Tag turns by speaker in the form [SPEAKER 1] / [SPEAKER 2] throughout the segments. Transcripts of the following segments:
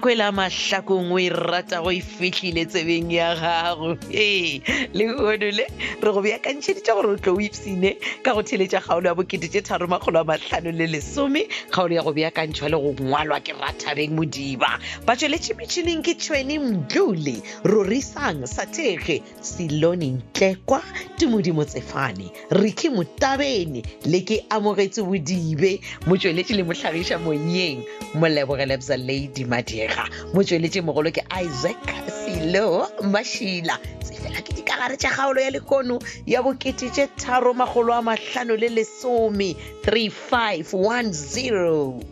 [SPEAKER 1] kwela mahlakong o e rata go e fitlhile tsebeng ya gago ee le ono le re go beakantšheditše gore o tlo o ipsene ka go theletša kgaolo ya bokete tše tharo makgolo a matlhano le lesome kgaolo ya go beakantšhwa le go ngwalwa ke rathabeng modiba ba tsweletše metšhineng ke tšhweni mdlule rorisang sathege selone ntlekwa tumodimo tsefane riki motabene le ke amogetse bodibe motsweletši le motlhagiša monyeng molebogelebza lady madiega motsweletši mogolo ke isaac selo mašila tsefela ke dikagare tša kgaolo ya lekono ya bokete tše tharo magolo a mahlano le lesome 3510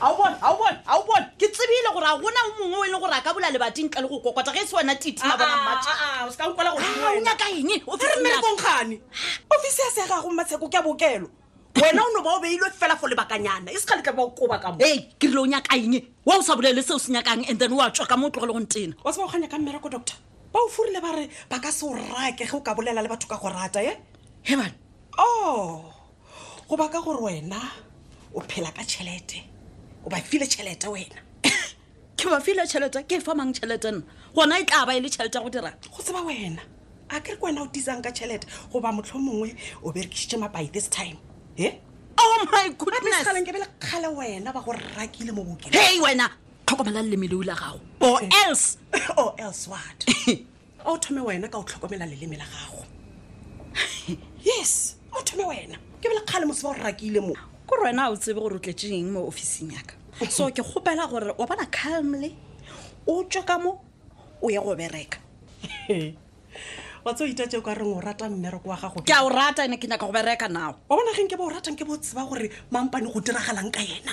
[SPEAKER 2] ao bone ao bone ao bone ke tsebile gore a gona o mongwe o e leng gore a ka bula lebating tla le go kokota ge e se wena titi na bona mmatha Ah,
[SPEAKER 3] Ah,
[SPEAKER 2] o nyaka eng o tsetsenya-
[SPEAKER 3] remerekonkgane ofisi ya se gago matsheko ke a bokelo wena o no ba o beilwe fela fo lebakanyana e se kgale tla ba o koba ka mo
[SPEAKER 2] ee ke rile o nyaka eng wa o sa bolele seo se nyakang and then oa tswa ka mo o tlogele go ntena
[SPEAKER 3] wa seba o kganya ka mmereko doctor ba o forile ba re ba ka se o rake ge o ka bolela le batho ka go rata e
[SPEAKER 2] he bane
[SPEAKER 3] o go baka gore wena o phela ka tšhelete o ba file tšhelete wena
[SPEAKER 2] ke ba file tšhelete ke e fa mang tšhelete nna gona e tla ba e le tšhelete ya go dirang
[SPEAKER 3] go tseba wena a kere ke wena o tisang ka tšhelete goba motlho mongwe o berekišitše mapai this time e
[SPEAKER 2] oh my
[SPEAKER 3] apesgaleng
[SPEAKER 2] goodness
[SPEAKER 3] ke bele kgale wena ba go rakile mo bokeng
[SPEAKER 2] hei wena tlhokomela lemeleu la gago or else
[SPEAKER 3] o Oh, else what a o thome wena ka o tlhokomela leleme la gago yes a o thome wena ke bele kgale mose ba o rakile mo
[SPEAKER 2] kore wena o tsebe gore o tletse eng mo officing yaka so ke kgopela gore o bona calmly o tswe ka mo o ye go bereka
[SPEAKER 3] wa tse o itatse o ka reng o rata mmereko wa gago
[SPEAKER 2] ke a o rata ene ke nyaka go bereka nao
[SPEAKER 3] wa bona geng ke ba o ratang ke bo tseba gore mampane go diragalang ka ena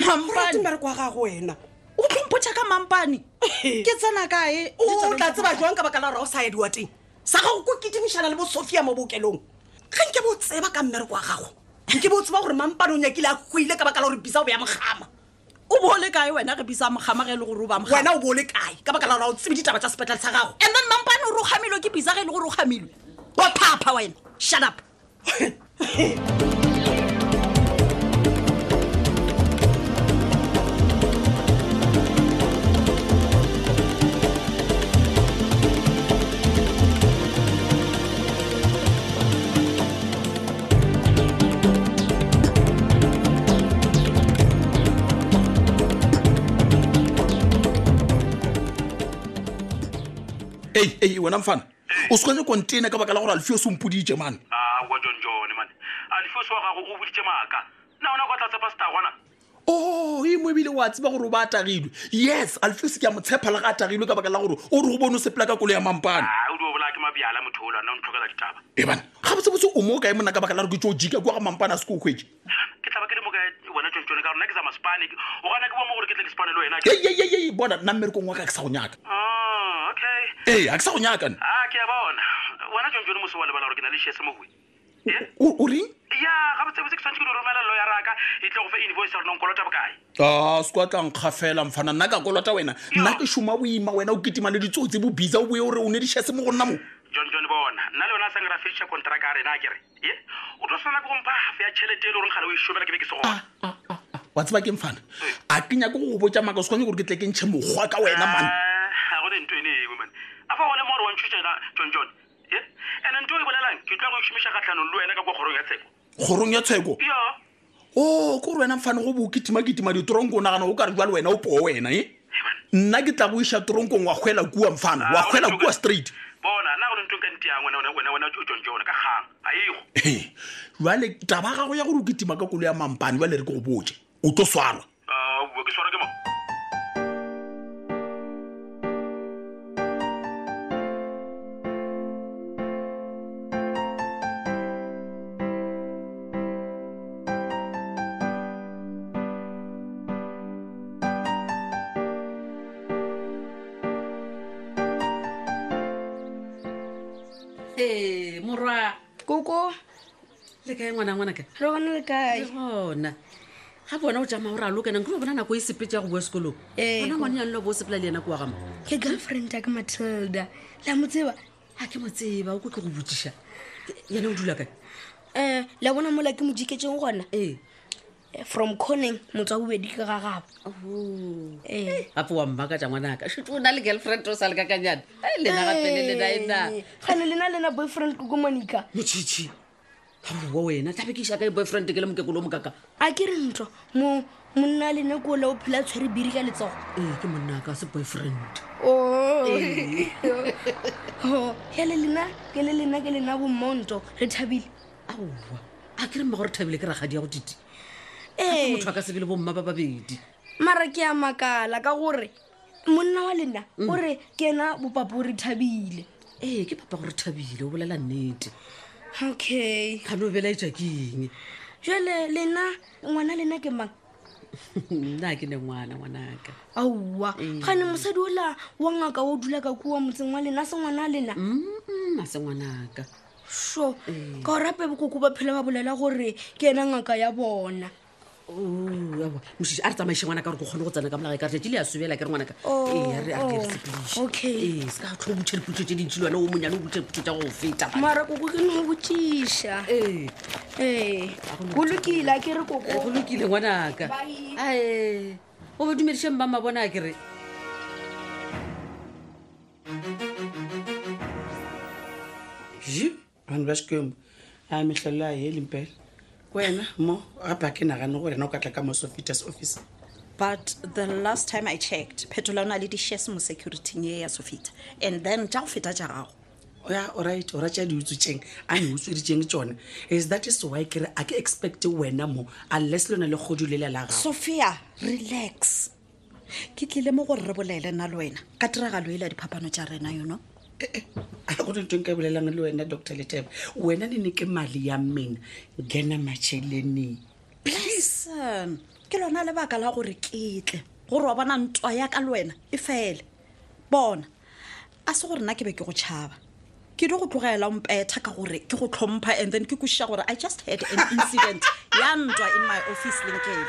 [SPEAKER 3] o rate
[SPEAKER 2] mampane
[SPEAKER 3] mmereko wa gago wena
[SPEAKER 2] o tlhompotšha ka mampane ke tsena kae
[SPEAKER 3] o tla tseba jwang ka baka la gore ga o sa yadiwa teng sa gago ko kedimišana le bo sophia mo bookelong ga nke bo tseba ka mmereko wa gago nke bo tseba gore mampane o nyakile a goile ka baka la gore bisa o beya mogama
[SPEAKER 2] o boole kae wena re bisa mogama ge e le gore o ba moga
[SPEAKER 3] wena o bo o le kae ka baka la gore ga o tsebe ditaba tsa sepetlale sa gago
[SPEAKER 2] and then mampane o re o gamilwe ke bisa ge e le gore o gamilwe wa phapha wena shut up
[SPEAKER 4] ei ei wena mfana o sekanye kontene ka baka la gore alfio se mpoditše mane
[SPEAKER 5] a wa john john mane alfoso wa gago o boditse maaka na ona kwa tlatsa pastor gona
[SPEAKER 4] o e mo ebile wa tseba gore o ba atagilwe yes alfio se ke a mo tshepa le ga atagilwe ka baka la gore o re go bone o sepela ka kolo ya mampane
[SPEAKER 5] a o di o bolaya ke mabjala motho o lwana o ntlhokela ditaba
[SPEAKER 4] ebane ga botsebotse o mo o kae mona ka baka la gore ke tseo jika kwa ga mampane a se ko o kgwetse
[SPEAKER 5] ke tla ba ke le moka wena john john ka gore nna ke sa maspane ke- o gana ke boma gore ke tle ke spane le wena ke-
[SPEAKER 4] eieiei bona nna mmerekong wa ka ke sa go nyaka
[SPEAKER 5] Ah, okay
[SPEAKER 4] ee a ke sa go nyaka ne
[SPEAKER 5] a ke a bona wena john john mose wa lebala gore ke na le shese mowe Ye?
[SPEAKER 4] o o reng
[SPEAKER 5] ya gabotsebotse ke tshwanetse ke di romela lelo ya raka e tle go fe invoice ya renong kolota bokae
[SPEAKER 4] a se kwa tlankga fela mfana nna ka kolota wena nna ke šoma boima wena o ketima le ditsotsi bobisa o boye ore o ne dišhese mo go nna mo
[SPEAKER 5] john john bona nna le yona a sang ra fediša contraka a rena a kere ye o tlo tshwana ke gompha half ya tšhelete e le goreng gale o e šomela ke be ke se gona
[SPEAKER 4] wa tseba ke mfana a ke nyake go go botsa maaka se kgone gore ke tle ke ntšhe mokgwa ka wena mane
[SPEAKER 5] Ah, ga gone ntho ene ewe mane a fa gone mo gore wantšhutšena john john e ande ntho e bolelang ke tla go šomiša kgatlhanong le wena ka kwa kgorong ya tsheko
[SPEAKER 4] kgorong ya tsheko
[SPEAKER 5] yo
[SPEAKER 4] o ke gore wena mfane go bo ketimaketima ditoronko o nagana o ka re jwa le wena o poo wena e nna ke tla go iša toronkong wa kgwela kua mfana wa kgwela kua straight
[SPEAKER 5] bona nna gone ntho nka nteang wena wena- wena wena john john ka kgang ga ego
[SPEAKER 4] He, jwale taba ya gago ya gore o ketima ka kolo ya mampane jwale re ke go botse o tlo swalwa
[SPEAKER 5] Ah, bua ke swara ke mo
[SPEAKER 6] ee morwa
[SPEAKER 7] koko
[SPEAKER 6] le kae ngwana ngwanaka
[SPEAKER 7] re bona le
[SPEAKER 6] le
[SPEAKER 7] kae
[SPEAKER 6] gona ga bona o tsamaya gore a lokenang ke lo bona nako e sepetse ya go boa sekolong
[SPEAKER 7] Ee,
[SPEAKER 6] bona
[SPEAKER 7] ko-
[SPEAKER 6] ngwane yanle bo o sepela le yena ke wa gama
[SPEAKER 7] ke girlfriend ya ka matilda la mo tseba
[SPEAKER 6] ga ke mo tseba o ko tlo go botsiša yene o dula kae
[SPEAKER 7] um la bona mola ke modiketseng gona
[SPEAKER 6] ee
[SPEAKER 7] eh, from coneng motswa bobedi ke gagabo
[SPEAKER 2] Oh.
[SPEAKER 7] Eh.
[SPEAKER 6] gape wa mmakatsa ngwanaka shute o na le girlfriend o sa le kakanyana e lena gape le lena e na
[SPEAKER 7] Eh, kgale lena lena boyfriend koko monika
[SPEAKER 6] motšhitšhi gamowa wena tlabe ke iša ka e boyfriend ke le mokekolo o mokaka
[SPEAKER 7] a ke re ntho mo monna lene ko le o phela a tshwere biri ka letsogo
[SPEAKER 6] ee ke monnaka se boyfriend
[SPEAKER 7] Oh. Oh, hele lena ke le lena ke lena bommonto re thabile
[SPEAKER 6] aowa a ke re mma gore thabile ke ragadi ya go tite
[SPEAKER 7] ee
[SPEAKER 6] motho a ka se be le bomma ba babedi
[SPEAKER 7] mara ke a makala ka gore monna wa lena o re ke ena bopapo re thabile
[SPEAKER 6] ee ke papa gore thabile o bolela nnete
[SPEAKER 7] okay
[SPEAKER 6] gane o belaetswa ke eng
[SPEAKER 7] jale lena ngwana lena ke mang
[SPEAKER 6] nna ha ke ne ngwana ngwanaka
[SPEAKER 7] aowa gane mosadi ola wa ngaka o dula ka kua motseng wa lena a se ngwana a lena
[SPEAKER 6] mm a se ngwanaka
[SPEAKER 7] so ka gore ape bokoko ba phela ba bolela gore ke ena ngaka ya bona
[SPEAKER 6] mošiši a re tsamaiše ngwanaka gore ke kgone go tsena ka molagae ka rete le a sobela ke re ngwanaka
[SPEAKER 7] Oh,
[SPEAKER 6] ee a re- a re ke re
[SPEAKER 7] oh,
[SPEAKER 6] sepediše
[SPEAKER 7] okay.
[SPEAKER 6] ee se ka tlho o butšhediputso tse dintsi le wena o monyane o butšhediputso tsa go feta bana.
[SPEAKER 7] mara koko ke no botsiša
[SPEAKER 6] ee
[SPEAKER 7] ee go lokile a ke re
[SPEAKER 6] Eh, go
[SPEAKER 7] koko
[SPEAKER 6] lokile ngwanaka
[SPEAKER 7] Bye.
[SPEAKER 6] ae o ba dumediše mmama bona a kere
[SPEAKER 3] bane ba sekwembo a metlhelo a e lempela wena mo gape a ke nagane gore ena o ka tla ka mo sofitas office
[SPEAKER 2] but the last time i checked phetola o na le di-shares mo securityng e ya sofita and then ja go feta ja gago
[SPEAKER 3] ya oright ora tša di utswitseng a ne utsweditseng tsone is that is why kere a ke expecte wena mo unless le yone le kgodu le le la gago
[SPEAKER 2] sophia relax ke tlile mo gore re bolele nna le wena ka tiragalo e la diphapano tja rena you know
[SPEAKER 3] a gone ntho nka bolelang le wena dr letebe wena ne ne ke mali ya mena ngena macheleneng
[SPEAKER 2] blesson ke lona lebaka la gore ke tle gore wa bona ntwa ya ka le wena e fele bona a se gore nna ke be ke go tšhaba ke di go tlogela mpetha ka gore ke go tlhompha and then ke kwešiša gore i just had an incident ya ntwa in my office lenkele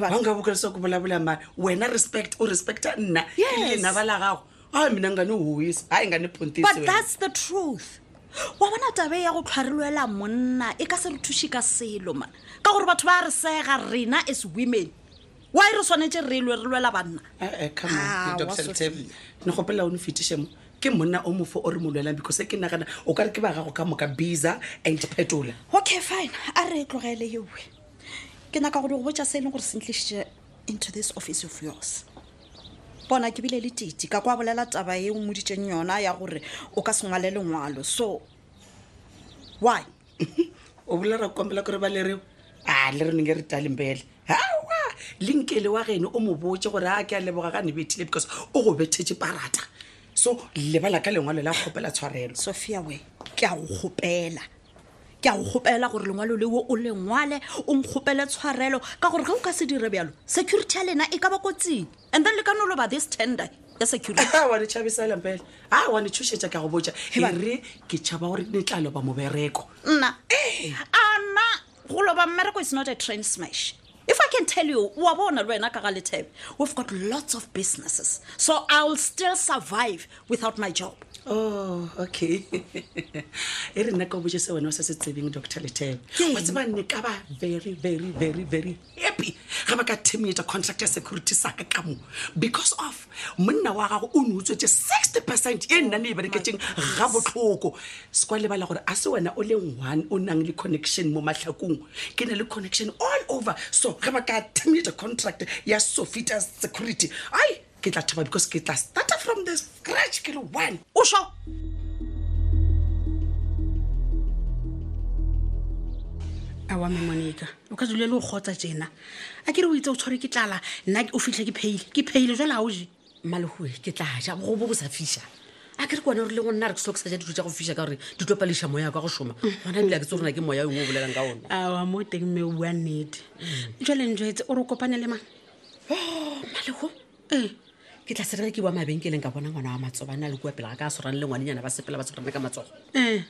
[SPEAKER 3] banka bokelesa ko bolabola mane wena respect o respecta nna
[SPEAKER 2] Yes.
[SPEAKER 3] lena ba la gago a mina nkane hoisa a engane
[SPEAKER 2] but that's the truth wa bona tabe ya go tlhwarelwela monna e ka se re thuše ka selo man ka gore batho ba re sega rena as women why re tshwanetse re lwe re lwela banna
[SPEAKER 3] Eh,
[SPEAKER 2] Ah, wa
[SPEAKER 3] pontesedr ne gopela one fetišemo ke monna o mofo o re mo lwelang because e ke nagana o kare ke ba gago ka moka bisa and phetola
[SPEAKER 2] okay fine a re e tlogele ewe ke nyaka gore go botsa se e leng gore sentlišitše into this office of yours bona ke bile le tite ka kwa bolela taba e o moditseng yona ya gore o ka sengwale lengwalo so why
[SPEAKER 3] o bolela ra kompela kore ba lereo a le re nenge re talempele aa lenkele wa geno o mo botse gore a ke a leboga ka ne bethile because o go bethetse parata so lebala ka lengwalo la kgopela tshwarelo
[SPEAKER 2] sophia we ke a go gopela ke a go gopela gore lengwalo leo o lengwale o nkgopele tshwarelo ka gore ga o ka se dire bjalo security ya lena e ka ba kotsing and then le ka no loba this tender ya security
[SPEAKER 3] a wa ne tšhabiselang fela a wa ne tshošetša ka go botja ere ke tšhaba gore ne tla loba mobereko
[SPEAKER 2] nna ana go loba mmereko is not a train smash if i can tell you wa bona le wena ka ga lethebe we've got lots of businesses so i'll still survive without my job
[SPEAKER 3] oh okay e re nna ka o botse se wena o sa se tsebeng dr letebe
[SPEAKER 2] Ke
[SPEAKER 3] wa tseba nne ka ba very very very very happy ga ba ka terminata contract ya security saka ka mo because of monna wa gago o ne utswetse sixty percent e nna ne e bereketseng ga botlhoko se kwa lebala gore a se wena o leng one o nang le connection mo matlhakong ke na le connection all over so ge ba ka terminata contract ya sofita security ai ke tla thaba because ke tla starta from the scratch ke le one
[SPEAKER 2] o sho
[SPEAKER 6] awa me monica o ka dule le go kgotsa tsena a ke re o itse o tshware ke tlala nna o fitlhe ke phaile ke phaile jale ga o je mmalegoe ke tla ja go bo go sa fiša a ke re kone gore le go nna re ke selo ke sa ja dijo tsa go fiša ka gore di tlo palesa moya ka go šoma gona ebile a ke tse gorena ke moya o engwe o bolelang ka ona
[SPEAKER 8] aa mo teng mme o bua nnete
[SPEAKER 6] Mm.
[SPEAKER 8] jwaleng jetse o re o kopane le mang
[SPEAKER 6] malego ee Oh, ke tla serere ke boa mabenkeleng ka bona ngwana wa matsoba a na le kua pele ga ka a tshwarane le ngwanenyana ba sepela ba tshwarane ka matsogo
[SPEAKER 8] ee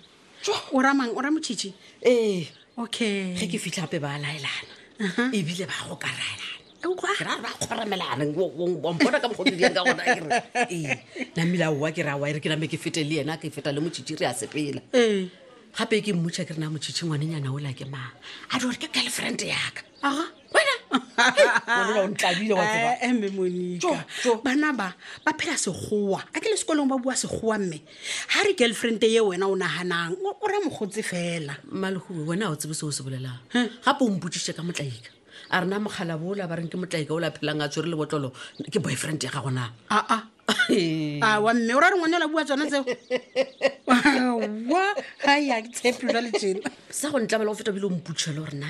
[SPEAKER 8] o ramang o ramotšhitšhi
[SPEAKER 6] ee
[SPEAKER 8] okay
[SPEAKER 6] ge ke fitlha gape ba laelana ebile ba go ka raelana
[SPEAKER 2] ra re ba kgoramelaneng bompona ka mokgodiang ka gona kere ee na mmile aowa ke e re awa ere ke name ke fete le yena ke feta le motšhitši re a sepela
[SPEAKER 6] E.
[SPEAKER 2] gape ke mmotša ke re na motšhitši ngwanenyana ola ke mang a di gore ke girlfriend yaka aga wena onela o ntlabile wa tseba
[SPEAKER 7] eme Eh, monica
[SPEAKER 2] Jo, jo.
[SPEAKER 7] bana ba ba phela sekgowa a ke le sekolong ba bua sekgowa mme ga re girlfriend ye wena o naganang o ra mogotse fela
[SPEAKER 2] mmalehue wena o tsebe seo se bolelang gape o mpotsiše ka motlaika a rena mokgala boola ba reng ke motlaika ola phelang a tshwere le botlolo ke boyfriend ya gagona
[SPEAKER 7] aa awa mme o ra re ngwanela bua tsona tseo wa hai a ke tshepe jwa lejena
[SPEAKER 2] sa go ntlamela go feta bile o mputšhe le gorena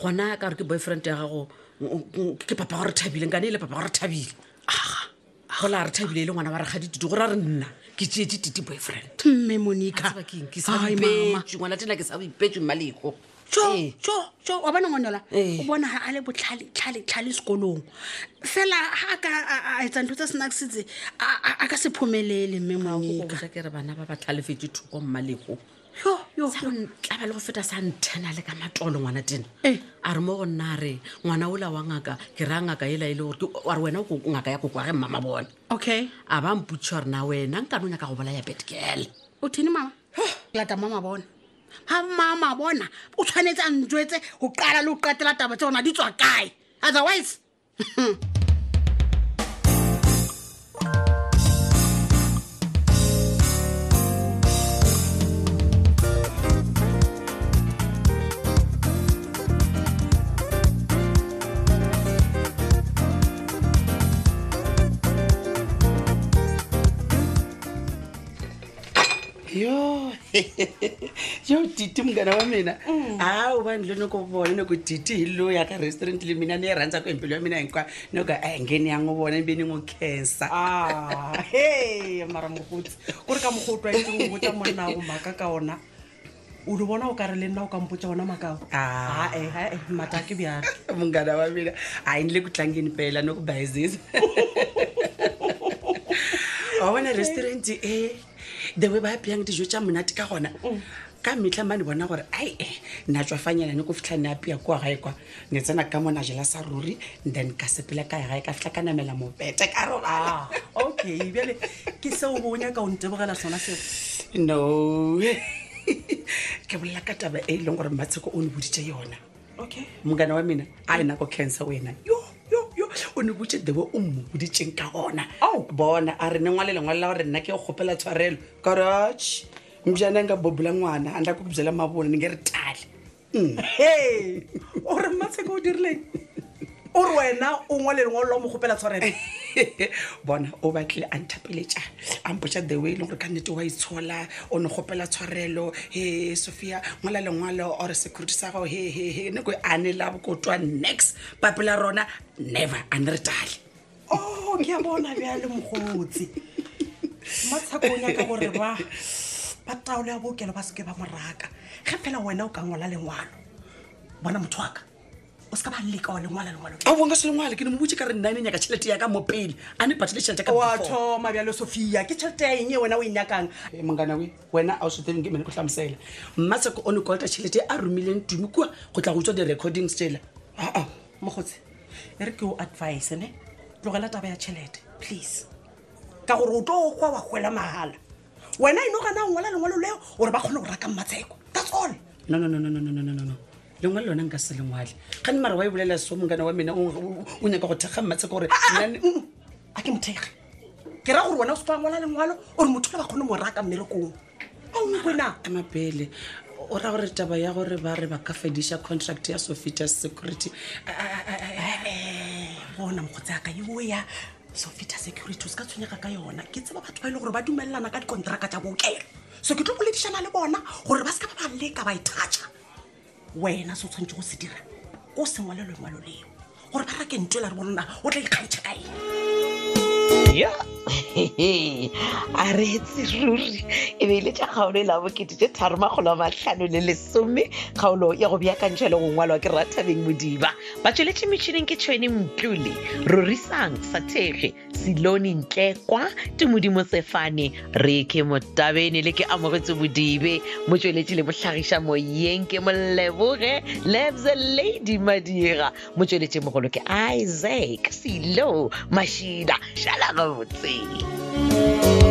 [SPEAKER 2] gona ka gore ke boyfriend ya gago mm, mm, ke papa gore thabileng kane e le papa gore thabile aga gola a re thabile e le ngwana wa re gaditite gore a re nna ke tee ditite boyfriend
[SPEAKER 7] mme monica
[SPEAKER 2] Tseba keng? ke sa
[SPEAKER 7] Ai, mama.
[SPEAKER 2] boipetše ngwana tena ke sa boipetše mmalego
[SPEAKER 7] jo
[SPEAKER 2] Ee.
[SPEAKER 7] jo jo wa bona ngwanela
[SPEAKER 2] Ee.
[SPEAKER 7] o bona a le botlhaletlhale sekolong fela ga a ka a- a etsa ntho tsa snacksetse a ka se phomelele mme monika
[SPEAKER 2] ka ke re bana ba ba tlhalefetse thuko mmalego
[SPEAKER 7] Yo, yo,
[SPEAKER 2] sa go ntlaba le go feta sa nthena le ka matolo ngwana tena
[SPEAKER 7] Eh.
[SPEAKER 2] a re mo go nna a re ngwana ola wa ngaka ke raya ngaka ela e le gore ke- a re wena o ko- ngaka ya kokoa ge mmama bone
[SPEAKER 7] okay
[SPEAKER 2] a ba mputši gore na wena nka no nyaka go bolaya betgale
[SPEAKER 7] o thini mama lata mama bona ga mama bona o tshwanetse a ntswetse go qala le go qetela taba tse ona di tswa kae otherwise
[SPEAKER 3] yo yo titi mngana wa mina
[SPEAKER 9] Mm.
[SPEAKER 3] hawu vanhu lonoko vona loko titi hi loyi aka restaurant le mina ni yi rhandzaka hi mbilu ya mina eh, hinkwayo ni loko a hi ngheni ya n'wi vona ivi ni n'wi khensa
[SPEAKER 9] Ah, he mara mogotsi ko re ka mogotwa etse o botsa monna go maaka ka ona o di bona o ka re le nna o ka mpotsa ona makao
[SPEAKER 3] Ah.
[SPEAKER 9] ae ae mata ke bjalo
[SPEAKER 3] munghana wa mina a yi ni le ku tlangeni pela ni ku bayizisa wa vona restaurant e the way va ya biyang dijo tša monate ka gona
[SPEAKER 9] Mm.
[SPEAKER 3] ka metlha mane bona gore ai e nna tswa fanyana ne ko fitlha ne apea kua gae kwa ne tsena ka mona jela sa ruri then ka sepela ka ya gae ka fitlha ka namela mopete ka robala
[SPEAKER 9] Ah, okay bjale ke seo bo o nyaka o ntebogela sona seo
[SPEAKER 3] no ke bolela ka taba e e leng gore matsheko o ne boditse yona
[SPEAKER 9] okay
[SPEAKER 3] mongana wa mina a e nako cancer wena yo yo yo o ne botse the way o mmoditseng ka gona bona a re ne ngwale lengwale la gore nna ke kgopela tshwarelo karach mjana nka bobola ngwana a nla ko bjela mabone ne ke re tale
[SPEAKER 9] he o re matsheko o dirileng o re wena o ngwe le lengwe lo mo gopela tshwarelo
[SPEAKER 3] bona o batlile a nthapeletša a mpotša the way e leng gore ka nnete wa itshola o ne kgopela tshwarelo he sophia ngwala lengwalo or security sa gago hehehe nako a ne la bokotwa next papela rona never a ne re tale
[SPEAKER 9] o ke a bona Oh, bjale mogotsi matshako o nyaka gore ba ba taolo ya bookelo ba seke ba moraka ge fela wena o ka ngwala lengwalo bona motho aka o se ka ba leka wa lengwala lengwalo
[SPEAKER 3] a bonga selengwale ke ne mo botse ka re nna e ne nyaka tšhelete yaka mo pele a ne patile tšhelete ka
[SPEAKER 9] wa
[SPEAKER 3] before.
[SPEAKER 9] thoma bjalo sophia ke tšhelete ya eng e wena o e nyakang
[SPEAKER 3] Eh, mongana we wena a o setebeng ke mene go tlhamosela mmatsheko o ne kolota tšhelete a romileng tumi kua go tla go tswa di-recordings tsela aa
[SPEAKER 9] mogotsi Ah, e re ke o advice ne tlogela taba ya tšhelete please ka gore o tlo gwa wa gwela mahala wena e no gana ngwala lengwalo leo gore ba kgone go raka matsheko that's all
[SPEAKER 3] no no no no no no no no no no lengwale lona nka se lengwale ga ne mare wa e bolela so mongana wa mena o o- o nyaka go thekga mmatsheko gore nna ne-
[SPEAKER 9] Mm, a ke mothege ke ra gore wena o se tla ngwala lengwalo ore motho le ba kgone mo raka mmerekong a onkwena
[SPEAKER 3] a mapele o ra gore taba ya gore ba re ba ka fediša contract ya sophita security
[SPEAKER 9] Eh,
[SPEAKER 3] a- a- a- a-
[SPEAKER 9] bona mogotsi aka eo ya sophita security o se ka tshwenyega ka yona ke tseba batho ba e le gore ba dumelelana ka dikonteraka tsa bookelo so ke tlo boledišana le bona gore ba seka ba ba leka ba e toucha wena se o tshwanetse go se dira ko sengwale lengwalo leo gore ba rake ntwe la re bolona o tla ikgaotšha ka eng
[SPEAKER 1] ya a reetse ruri e beile tša kgaolo e la bokete tše tharo makgolo a mahlano le lesome kgaolo ya go beakantšha le go ngwalwa ke ratabeng modiba ba tsweletše metšhineng ke tšhwene mplole rorisang sa thege selone ntle kwa ke modimo sefane re ke motabene le ke amogetse bodibe motsweletši le mohlagiša moyeng ke moleboge lebze lady madiega motsweletši mogolo ke isaac selo mašida šala gabotse